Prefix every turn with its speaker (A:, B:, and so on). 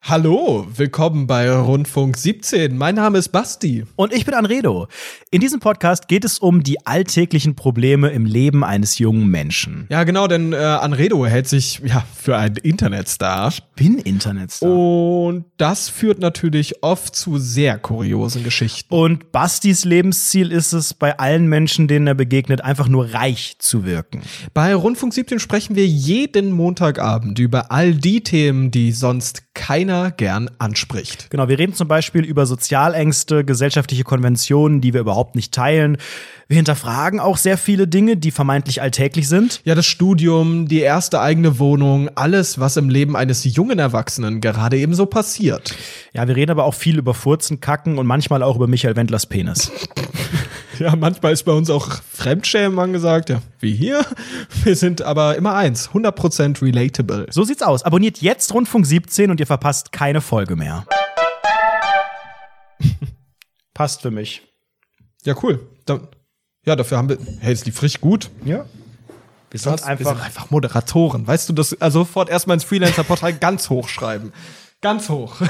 A: Hallo, willkommen bei Rundfunk 17. Mein Name ist Basti.
B: Und ich bin Anredo. In diesem Podcast geht es um die alltäglichen Probleme im Leben eines jungen Menschen.
A: Ja, genau, denn äh, Anredo hält sich ja für einen Internetstar.
B: Bin Internetstar.
A: Und das führt natürlich oft zu sehr kuriosen Geschichten.
B: Und Bastis Lebensziel ist es, bei allen Menschen, denen er begegnet, einfach nur reich zu wirken.
A: Bei Rundfunk 17 sprechen wir jeden Montagabend über all die Themen, die sonst keiner gern anspricht.
B: Genau, wir reden zum Beispiel über Sozialängste, gesellschaftliche Konventionen, die wir überhaupt nicht teilen. Wir hinterfragen auch sehr viele Dinge, die vermeintlich alltäglich sind.
A: Ja, das Studium, die erste eigene Wohnung, alles, was im Leben eines jungen Erwachsenen gerade eben so passiert.
B: Ja, wir reden aber auch viel über Furzen, Kacken und manchmal auch über Michael Wendlers Penis.
A: Ja, manchmal ist bei uns auch Fremdschämen angesagt, ja, wie hier. Wir sind aber immer eins, 100% relatable.
B: So sieht's aus. Abonniert jetzt Rundfunk 17 und ihr verpasst keine Folge mehr. Passt für mich.
A: Ja, cool. Dann, ja, dafür haben wir, hey, es lief richtig gut.
B: Ja. Wir sind
A: wir sind
B: einfach.
A: einfach Moderatoren. Weißt du, das also sofort erstmal ins Freelancer-Portal ganz hoch schreiben. Ganz hoch.